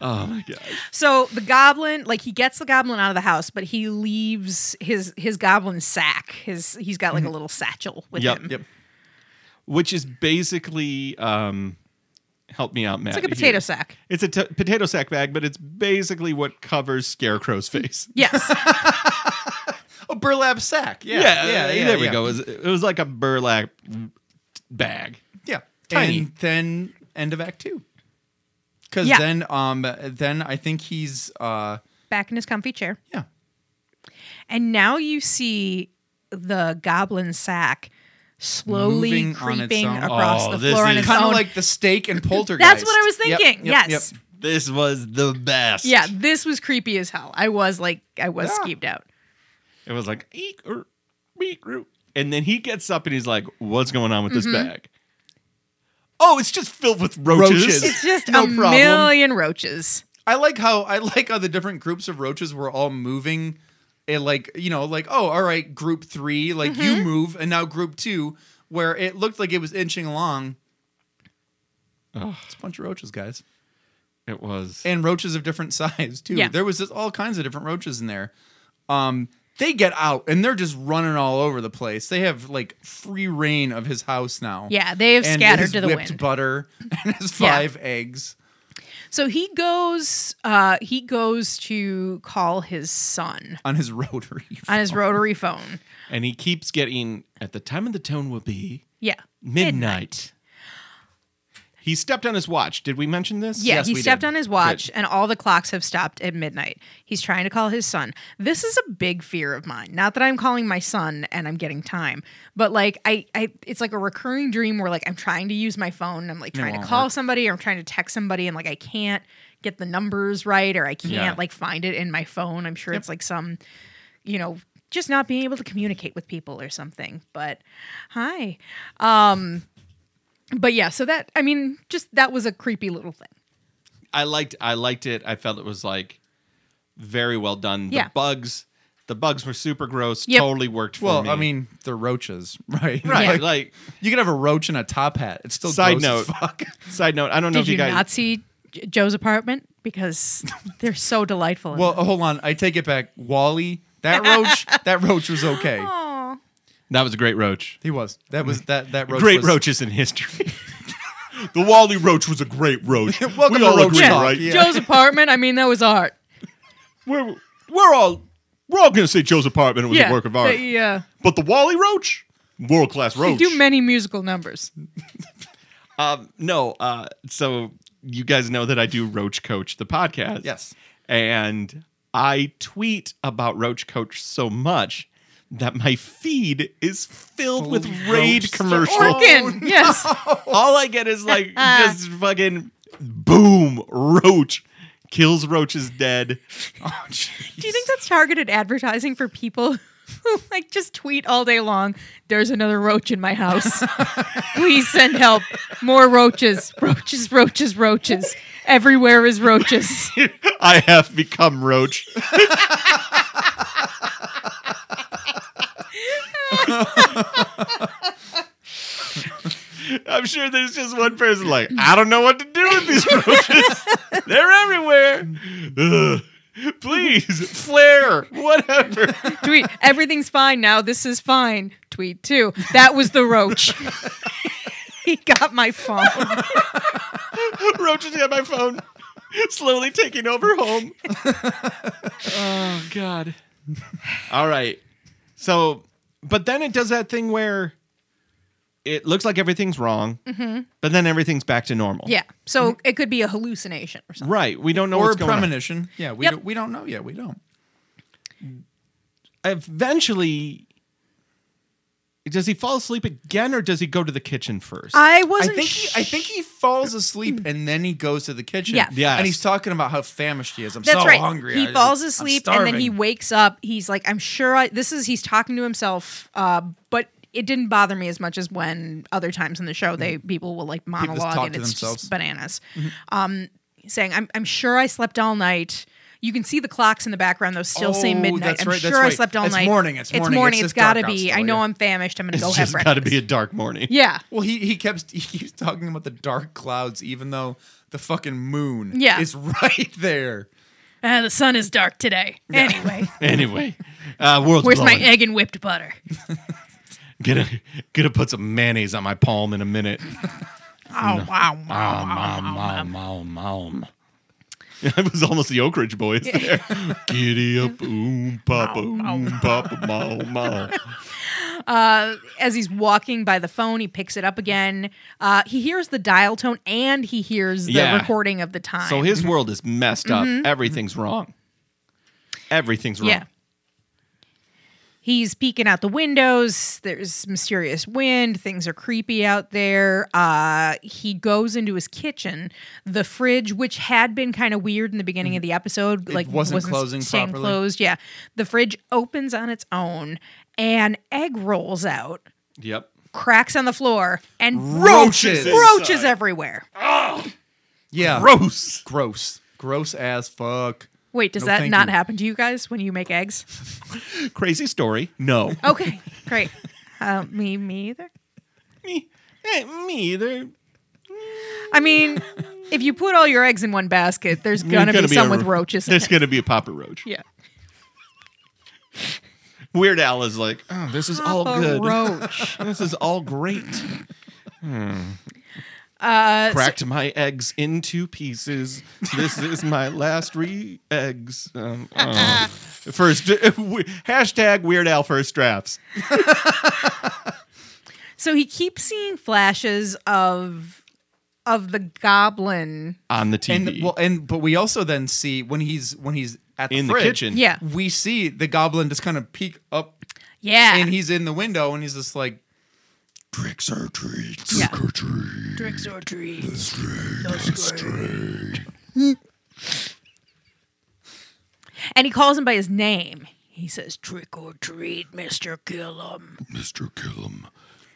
Oh my god. So the goblin, like he gets the goblin out of the house, but he leaves his his goblin sack. His he's got like a little satchel with Yep. him. Mm-hmm. yep. Which is basically, um, help me out, Matt. It's like a here. potato sack. It's a t- potato sack bag, but it's basically what covers Scarecrow's face. Yes. A burlap sack. Yeah, uh, there we yeah. go. It was, it was like a burlap bag. Yeah, Tiny. And then end of Act Two. Because Yeah. then, um, then I think he's, uh, Back in his comfy chair. yeah, And now you see the goblin sack slowly Moving on its creeping own. across Oh, the this floor on is- its kind own. of like the steak and poltergeist. That's what I was Yep, thinking. yep, yes. yep. This was the best. Yeah, this was creepy as hell. I was like, I was Yeah. skeeved out. It was like, eek, er, eek, er. and then he gets up and he's like, what's going on with this Mm-hmm. bag? Oh, it's just filled with roaches. Roaches. It's just No a problem. million roaches. I like how I like how the different groups of roaches were all moving. It like you know like oh all right group three like Mm-hmm. you move and now group two where it looked like it was inching along. It's a bunch of roaches, guys, It was. and roaches of different size too. Yeah. There was just all kinds of different roaches in there. Um, they get out and they're just running all over the place. They have like free reign of his house now. Yeah, they have And scattered his to the whipped wind. butter and his Yeah. five eggs. So he goes, uh, he goes to call his son On his rotary. on his rotary phone. and he keeps getting, at the time of the tone will be Yeah. midnight. He stepped on his watch. Did we mention this? Yeah, Yes, he we stepped did. on his watch and all the clocks have stopped at midnight. He's trying to call his son. This is a big fear of mine. Not that I'm calling my son and I'm getting time, but like I, I it's like a recurring dream where like I'm trying to use my phone and I'm like And it trying to won't call work. somebody or I'm trying to text somebody and like I can't get the numbers right or I can't Yeah. like find it in my phone. I'm sure it's like some, you know, just not being able to communicate with people or something. But hi. Um but yeah, so that I mean, just that was a creepy little thing. I liked I liked it. I felt it was like very well done. Yeah. The bugs the bugs were super gross. Yep. Totally worked for Well, me. I mean, they're roaches, right? right. Like, Like You could have a roach in a top hat. It's still Side gross as note. fuck. side note, I don't know Did if you, you, guys not see J- Joe's apartment? Because they're so delightful. in Well, uh, them. hold on. I take it back. Wally, that roach, that roach was okay. Aw. That was a great roach. He was. That was that that roach. great was, roaches in history. the Wally Roach was a great roach. Welcome to Roach yeah. Talk. yeah. Joe's apartment. I mean, that was art. We're, we're all we're all gonna say Joe's apartment was yeah, a work of art. They, yeah, But the Wally Roach, world class they roach. do many musical numbers. um, no, uh, so you guys know that I do Roach Coach the podcast. Yes. and I tweet about Roach Coach so much that my feed is filled with raid commercials. Orkin, yes. All I get is like just fucking boom roach kills roaches dead. Oh, jeez. Do you think that's targeted advertising for people who like just tweet all day long? There's another roach in my house. Please send help. More roaches, roaches, roaches, roaches. Everywhere is roaches. I have become roach. I'm sure there's just one person like, I don't know what to do with these roaches. They're everywhere. Ugh. Please, flare, whatever. tweet. Everything's fine now. This is fine. Tweet too. That was the roach. he got my phone. Roaches got my phone, slowly taking over home. oh God! All right. So, but then it does that thing where it looks like everything's wrong, but then everything's back to normal. Mm-hmm. Yeah. So it could be a hallucination or something. Right. We don't know or what's a going on. premonition. Yeah, we Yep. don't, we don't know yet. We don't. Eventually, does he fall asleep again, or does he go to the kitchen first? I I wasn't. think he, I think he falls asleep and then he goes to the kitchen. Yeah. Yes. and he's talking about how famished he is. I'm That's so right. hungry. He I- falls I'm asleep and then he starving. wakes up. He's like, I'm sure I, this is, he's talking to himself, uh, but it didn't bother me as much as when other times in the show they people will like Mm-hmm. talk monologue and to it's themselves. Mm-hmm. just bananas. Um, saying, I'm, I'm sure I slept all night. You can see the clocks in the background, though, still say Oh, midnight. that's I'm right, sure that's I right. slept all It's night. morning, it's morning, it's it's just dark gotta out be. still, I know yeah. I'm famished. I'm gonna it's go have just got to breakfast. be a dark morning. yeah. Well, he he kept he keeps talking about the dark clouds, even though the fucking moon Yeah. is right there. Uh, the sun is dark today. Anyway, Anyway, uh, world's where's my blowing. egg and whipped butter? Gonna gonna put some mayonnaise on my palm in a minute. Oh wow, wow. That was almost the Oak Ridge Boys there. Giddy up, oom, papa, oom, papa, ma, ma. uh, as he's walking by the phone, he picks it up again. Uh, he hears the dial tone and he hears the Yeah. recording of the time. So his world is messed up. Everything's wrong. Everything's wrong. Mm-hmm. yeah. He's peeking out the windows. There's mysterious wind. Things are creepy out there. Uh, he goes into his kitchen. The fridge, which had been kind of weird in the beginning of the episode, like wasn't closing staying properly. closed. Yeah, the fridge opens on its own, and egg rolls out. Yep. cracks on the floor and Roaches roaches inside. roaches everywhere Yeah, Gross. gross, gross as fuck. wait does No, that thank not you. happen to you guys when you make eggs Crazy story. No. okay great uh, me me either me, eh, me either. i mean if you put all your eggs in one basket there's gonna, be, some with roaches in There's it. gonna be a Papa Roach. yeah Weird Al is like, oh, this is all Papa good. roach This is all great. uh, so- Cracked my eggs into pieces. This is my last re eggs. Um, uh, first hashtag Weird Al first drafts. so he keeps seeing flashes of of the goblin on the TV. And well, and but we also then see when he's when he's at the in the fridge, kitchen. yeah we see the goblin just kind of peek up, yeah and he's in the window, and he's just like, Tricks or treats. Yeah. Trick or treat. tricks or treats and he calls him by his name he says trick or treat mr killum Mr. Killum.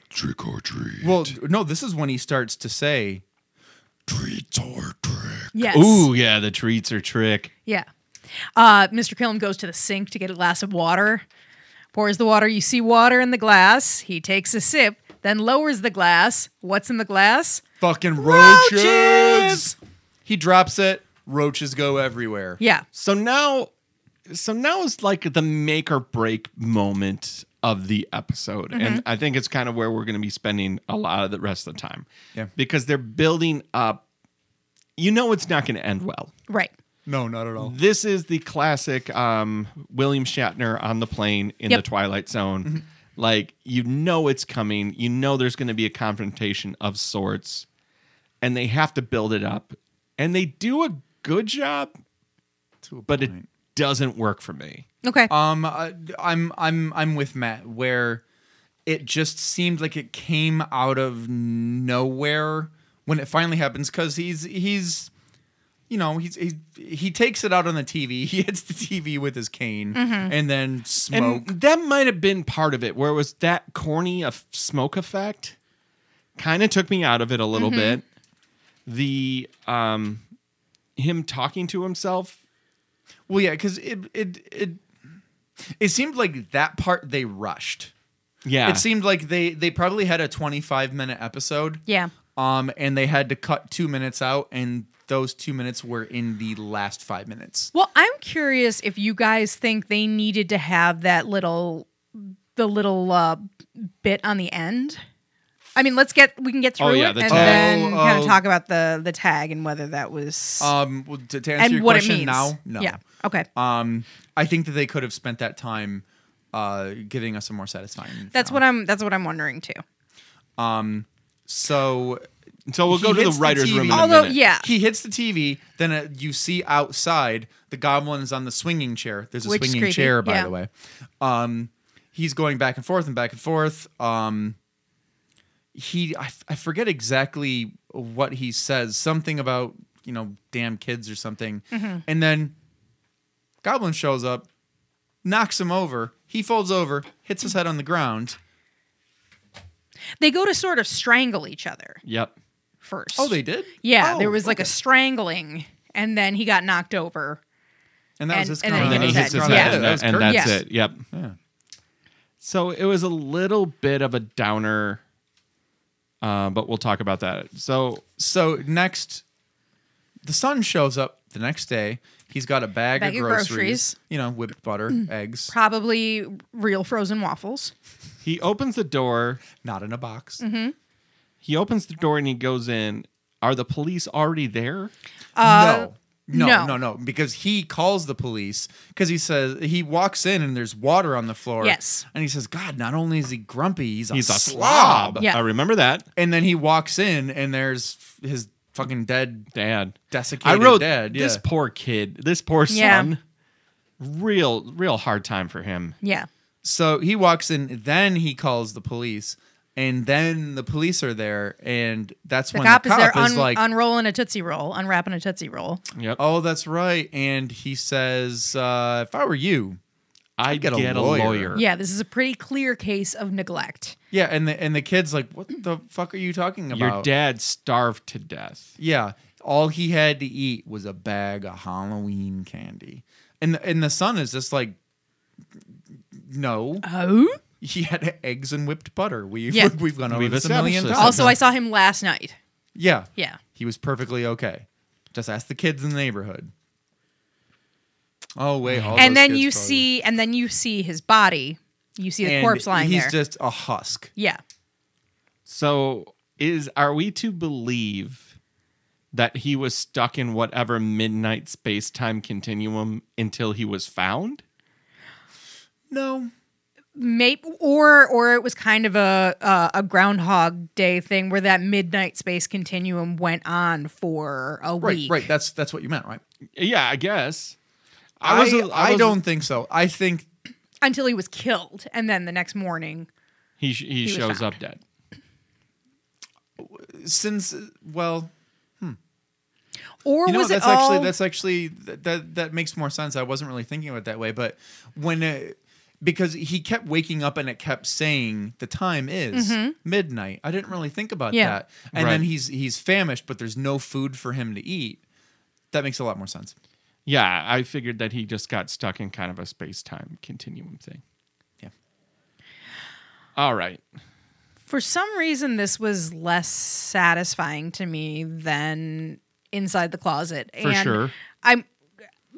Trick or treat. "Well, no, this is when he starts to say." Treats or trick. Yes. Ooh, yeah, the treats are trick. Yeah. Uh, Mr. Killam goes to the sink to get a glass of water, pours the water. You see water in the glass. He takes a sip, then lowers the glass. What's in the glass? Fucking roaches! Roaches! He drops it. Roaches go everywhere. Yeah. So now, so now is like the make or break moment of the episode, and I think it's kind of where we're going to be spending a lot of the rest of the time. Yeah. because they're building up. You know, it's not going to end well. Right. No, not at all. This is the classic um, William Shatner on the plane in Yep. the Twilight Zone. Like you know it's coming. You know there's going to be a confrontation of sorts, and they have to build it up, and they do a good job, To a but it point. doesn't work for me. Okay. Um, I, I'm I'm I'm with Matt where it just seemed like it came out of nowhere when it finally happens because he's he's you know, he's, he's he takes it out on the TV. He hits the TV with his cane and then smoke. And that might have been part of it, where it was that corny of smoke effect. Kind of took me out of it a little bit. The um, him talking to himself. well, yeah, because it it it it seemed like that part they rushed. Yeah, It seemed like they they probably had a 25 minute episode. Yeah. Um, and they had to cut two minutes out, and those two minutes were in the last five minutes. Well, I'm curious if you guys think they needed to have that little, the little uh, bit on the end. I mean, let's get we can get through Oh, yeah, it the and tag. then Oh, kind of oh. talk about the the tag and whether that was Um, well, to, to answer and your what it question means. now, no. Yeah. Okay. Um, I think that they could have spent that time uh, giving us a more satisfying. that's what I'm. That's what I'm wondering too. So so we'll he go to the hits the writers' TV. room in Although, a minute. yeah, he hits the TV. Then uh, you see outside the goblin is on the swinging chair. There's a Which is swinging creepy, chair, by yeah. the way. Um, he's going back and forth and back and forth. Um, he, I, f- I forget exactly what he says. Something about you know, damn kids or something. Mm-hmm. And then goblin shows up, knocks him over. He folds over, hits his head on the ground. they go to sort of strangle each other Yep. first. Oh, they did. Yeah, Oh, there was like a okay. strangling, and then he got knocked over. and that and- was his and then And then he he hits hits his his head, Yeah. and, That was and Kirby. that's Yes. it. Yep. Yeah. So it was a little bit of a downer, uh, but we'll talk about that. So So next, the son shows up the next day. He's got a bag, Bag of of, groceries, groceries. Mm-hmm. you know, whipped butter, eggs, Probably real frozen waffles. he opens the door. not in a box. Mm-hmm. He opens the door and he goes in. Are the police already there? Uh, no, no. no, no, no, because he calls the police because he says he walks in and there's water on the floor. Yes. and he says, "God, not only is he grumpy, he's a, He's a slob." slob. Yeah. I remember that. And then he walks in and there's f- his fucking dead, Dad. I desiccated wrote dad. this yeah. poor kid, this poor Yeah. son. Real, real hard time for him. Yeah. So he walks in, then he calls the police, and then the police are there, and that's The when cop the is there cop is un- like, unrolling a Tootsie Roll, unwrapping a Tootsie Roll. Yep. "Oh, that's right," and he says, uh, "If I were you, I get a lawyer. Yeah, this is a pretty clear case of neglect. yeah." And the and the kid's like, "What the fuck are you talking about?" Your dad starved to death. Yeah, all he had to eat was a bag of Halloween candy, and the, and the son is just like, "No, Oh? he had eggs and whipped butter. We've Yeah. we've gone over We've this a million established times." this. Also, I saw him last night. yeah, Yeah. He was perfectly okay. Just ask the kids in the neighborhood. Oh wait, all and those then kids you probably- see and then you see his body. You see the And corpse lying He's there. just a husk. yeah. So is are we to believe that he was stuck in whatever midnight space time continuum until he was found? No, Maybe or or it was kind of a uh, a groundhog day thing where that midnight space continuum went on for a right, week. right. That's that's what you meant, right? Yeah, I guess. I was- I, I was- don't think so. I think until he was killed and then the next morning He sh- he, was shows found. up dead. since well, or you know was what, that's it all actually that's actually that, that that makes more sense. I wasn't really thinking of it that way, but when uh, because he kept waking up and it kept saying the time is midnight. I didn't really think about Yeah. that. And Right. then he's he's famished, but there's no food for him to eat. That makes a lot more sense. Yeah, I figured that he just got stuck in kind of a space time continuum thing. Yeah. All right. for some reason this was less satisfying to me than inside the closet For and sure. i'm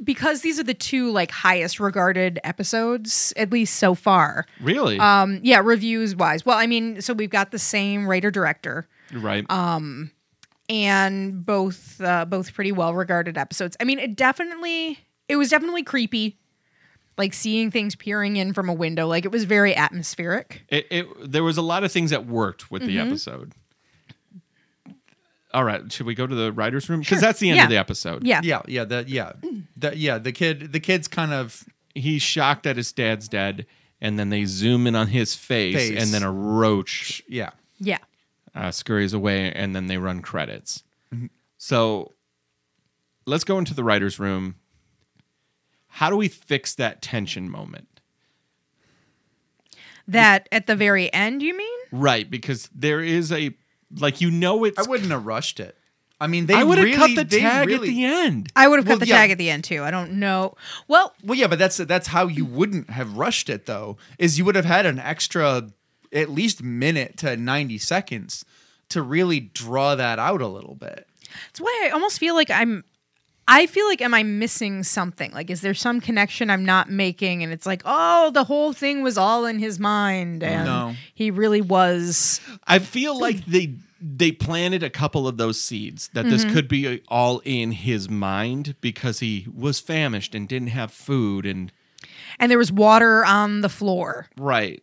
because these are the two like highest regarded episodes at least so far Really? um yeah reviews wise well i mean so we've got the same writer director right. and both uh, both pretty well regarded episodes. I mean, it definitely it was definitely creepy, like seeing things peering in from a window. Like it was very atmospheric. it, it there was a lot of things that worked with Mm-hmm. the episode. All right, should we go to the writers' room? Because Sure. that's the end Yeah. of the episode. Yeah, Yeah, yeah, that yeah. That yeah, the kid the kid's kind of he's shocked that his dad's dead, and then they zoom in on his face, Face. and then a roach yeah. yeah. Mm-hmm. uh, scurries away, and then they run credits. So let's go into the writer's room. How do we fix that tension moment? That at the very end, you mean? Right, because there is a like you know it's I wouldn't have rushed it. I mean, they I would have really, cut the they tag really, at the end. I would have cut Well, the yeah. tag at the end too. I don't know. Well, Well, yeah, but that's that's how you wouldn't have rushed it though. Is you would have had an extra, at least minute to ninety seconds, to really draw that out a little bit. That's why I almost feel like I'm. I feel like, am I missing something? Like, is there some connection I'm not making? And it's like, oh, the whole thing was all in his mind, and No. he really was. I feel like they they planted a couple of those seeds that this could be all in his mind because he was famished and didn't have food and And there was water on the floor. right.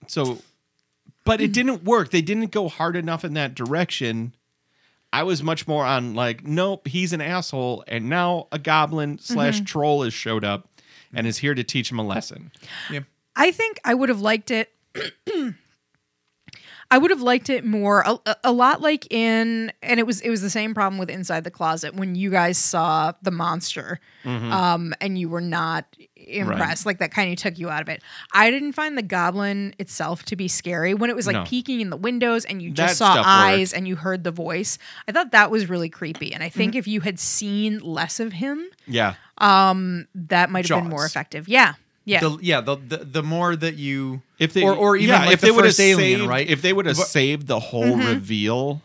Hmm. So but it didn't work. They didn't go hard enough in that direction. I was much more on like, nope, he's an asshole, and now a goblin slash troll has showed up and is here to teach him a lesson. Yeah. I think I would have liked it. I would have liked it more, a, a- a lot like in, and it was it was the same problem with Inside the Closet when you guys saw the monster, Mm-hmm. um, and you were not impressed. Like that kind of took you out of it. I didn't find the goblin itself to be scary when it was like No. peeking in the windows and you That just saw stuff eyes and you heard the voice. I thought that was really creepy, and I Mm-hmm. think if you had seen less of him, Yeah. that might have been more Jaws. effective. Yeah, yeah. The, yeah. The, the the more that you if they or, or even yeah, like if the they would have first alien, saved, right? If they would have But- saved the whole Mm-hmm. reveal,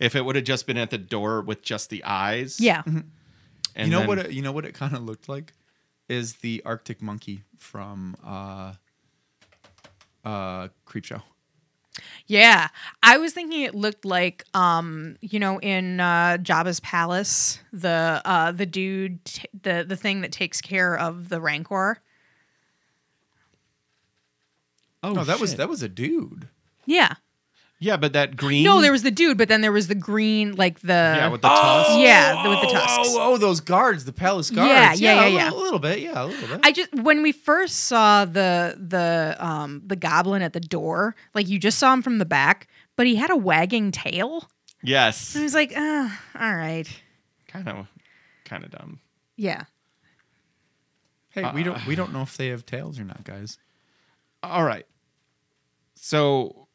if it would have just been at the door with just the eyes, yeah. And you know then- what? It, you know what it kind of looked like is the Arctic monkey from uh, uh, Creepshow. Yeah, I was thinking it looked like, um, you know, in uh, Jabba's palace, the uh, the dude, t- the the thing that takes care of the Rancor. Oh, No, that was shit. that was a dude. Yeah. Yeah, but that green. No, there was the dude, but then there was the green, like the yeah with the tusk. Oh, yeah, the- with the tusks. Oh, oh, those guards, the palace Yeah, guards. yeah, yeah, a yeah. little, little bit. Yeah, a little bit. I just when we first saw the the um the goblin at the door, like you just saw him from the back, but he had a wagging tail. Yes, I was like, uh, all right, kind of, kind of dumb. yeah. hey, we Uh, don't we don't know if they have tails or not, guys. All right. So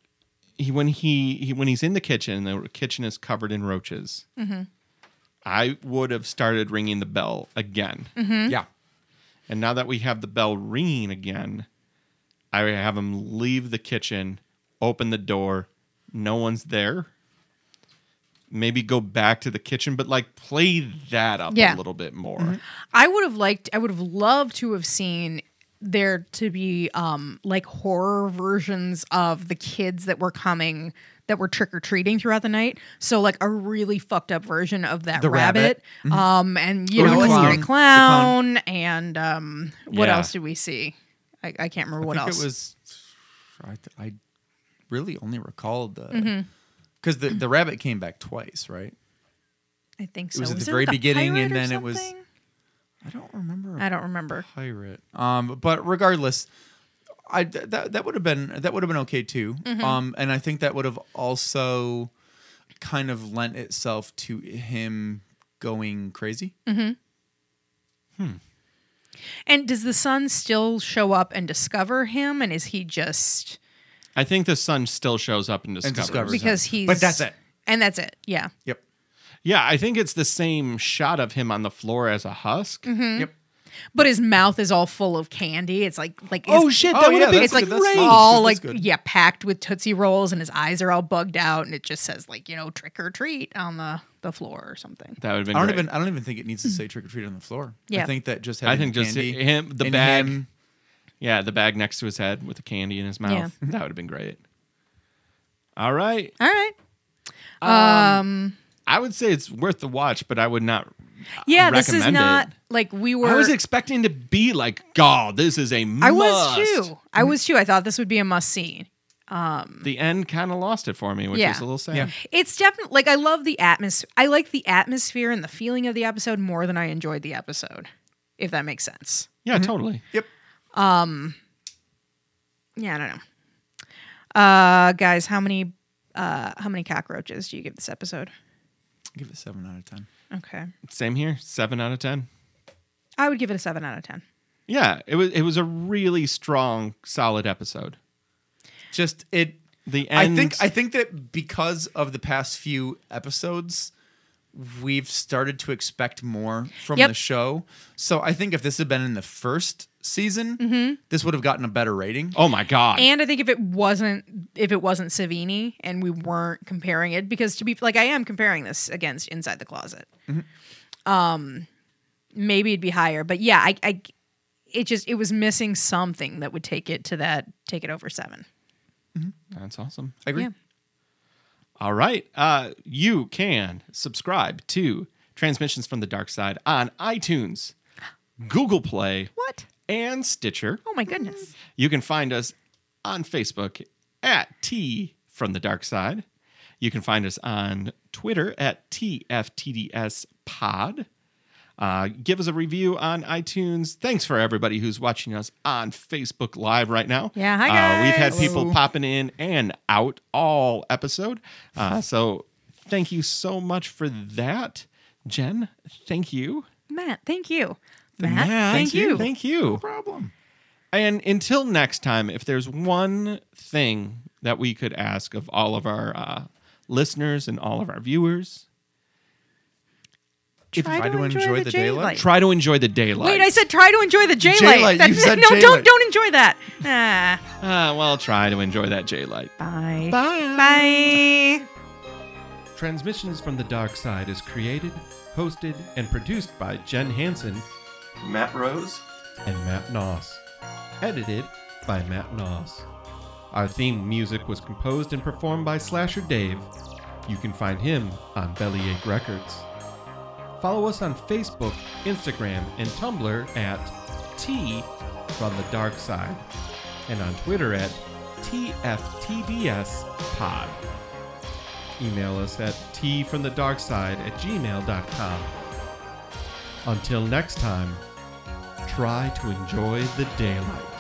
he when he, he when he's in the kitchen, the kitchen is covered in roaches. Mm-hmm. I would have started ringing the bell again. Hmm? Yeah. And now that we have the bell ringing again, I would have him leave the kitchen, open the door, no one's there. Maybe go back to the kitchen, but like play that up Yeah. a little bit more. I would have liked, I would have loved to have seen there to be um like horror versions of the kids that were coming that were trick or treating throughout the night. So like a really fucked up version of that The rabbit. rabbit. Mm-hmm. Um and you Or the know, a clown. scary The clown, clown. and um what Yeah. else did we see? I, I can't remember what I think else. It was. I, th- I really only recall the Mm-hmm. because the the rabbit came back twice, right? I think so. was at the there very like a beginning, pirate and or then it was- something? I don't remember. I don't remember. pirate. Um, but regardless, I th- that that would have been that would have been okay too. Mm-hmm. Um, and I think that would have also kind of lent itself to him going crazy. Mm-hmm. And does the son still show up and discover him? And is he just I think the sun still shows up and discovers. discovers. Because- because he's But that's it. And that's it. Yeah. Yep. Yeah, I think it's the same shot of him on the floor as a husk. Mm-hmm. Yep. but his mouth is all full of candy. It's like like Oh his- shit, Oh, that would yeah, have been that's It's like good, that's good, all like that's good. yeah, packed with tootsie rolls, and his eyes are all bugged out, and it just says like you know trick or treat on the the floor or something. that would have been I don't great. even I don't even think it needs to say trick or treat on the floor. Mm-hmm. Yeah. I think that just I having think just candy him the and bag him- Yeah, the bag next to his head with the candy in his mouth. That would have been great. All right. All right. I would say it's worth the watch, but I would not. Yeah, this is recommend not it. like we were. I was expecting to be like, God, this is a must. I was too. I was too. I thought this would be a must see. The end kind of lost it for me, which Yeah. was a little sad. Yeah. It's definitely like I love the atmosphere. I like the atmosphere and the feeling of the episode more than I enjoyed the episode, if that makes sense. Yeah, totally. Yep. Yeah, I don't know. Uh guys, how many uh how many cockroaches do you give this episode? give it a seven out of ten. Okay. Same here, seven out of ten. I would give it a seven out of ten. Yeah, it was it was a really strong, solid episode. Just it. The I end. think I think that because of the past few episodes, we've started to expect more from Yep. the show. So I think if this had been in the first season, this would have gotten a better rating. Oh my god! And I think if it wasn't if it wasn't Savini and we weren't comparing it because to be like I am comparing this against Inside the Closet. Um maybe it'd be higher, but yeah, I I it just it was missing something that would take it to that take it over 7. That's awesome. I agree. Yeah. All right. Uh, you can subscribe to Transmissions from the Dark Side on iTunes, Google Play, What? and Stitcher. Oh my goodness. You can find us on Facebook at T from the Dark Side. You can find us on Twitter at TFTDS Pod. Uh, give us a review on iTunes. Thanks for everybody who's watching us on Facebook Live right now. Yeah, hi, Uh, we've had guys. people popping in and out all episode. Uh, so thank you so much for that, Jen. Thank you. Matt, thank you. Matt, thank you. you. Thank you. Problem. And until next time, if there's one thing that we could ask of all of our uh, listeners and all of our viewers, Try to enjoy the daylight. daylight. try to enjoy the daylight. Wait, I said try to enjoy the J light. J-light, you said no, J-light. don't don't enjoy that. Ah, Ah, well, try to enjoy that J light. bye. Bye. Bye. Transmissions from the Dark Side is created, hosted, and produced by Jen Hansen, Matt Rose, and Matt Noss. Edited by Matt Noss. Our theme music was composed and performed by Slasher Dave. You can find him on Bellyache Records. Follow us on Facebook, Instagram, and Tumblr at T from the Dark Side, and on Twitter at TFTDS Pod email us at tfromthedarkside at gmail.com. Until next time, try to enjoy the daylight.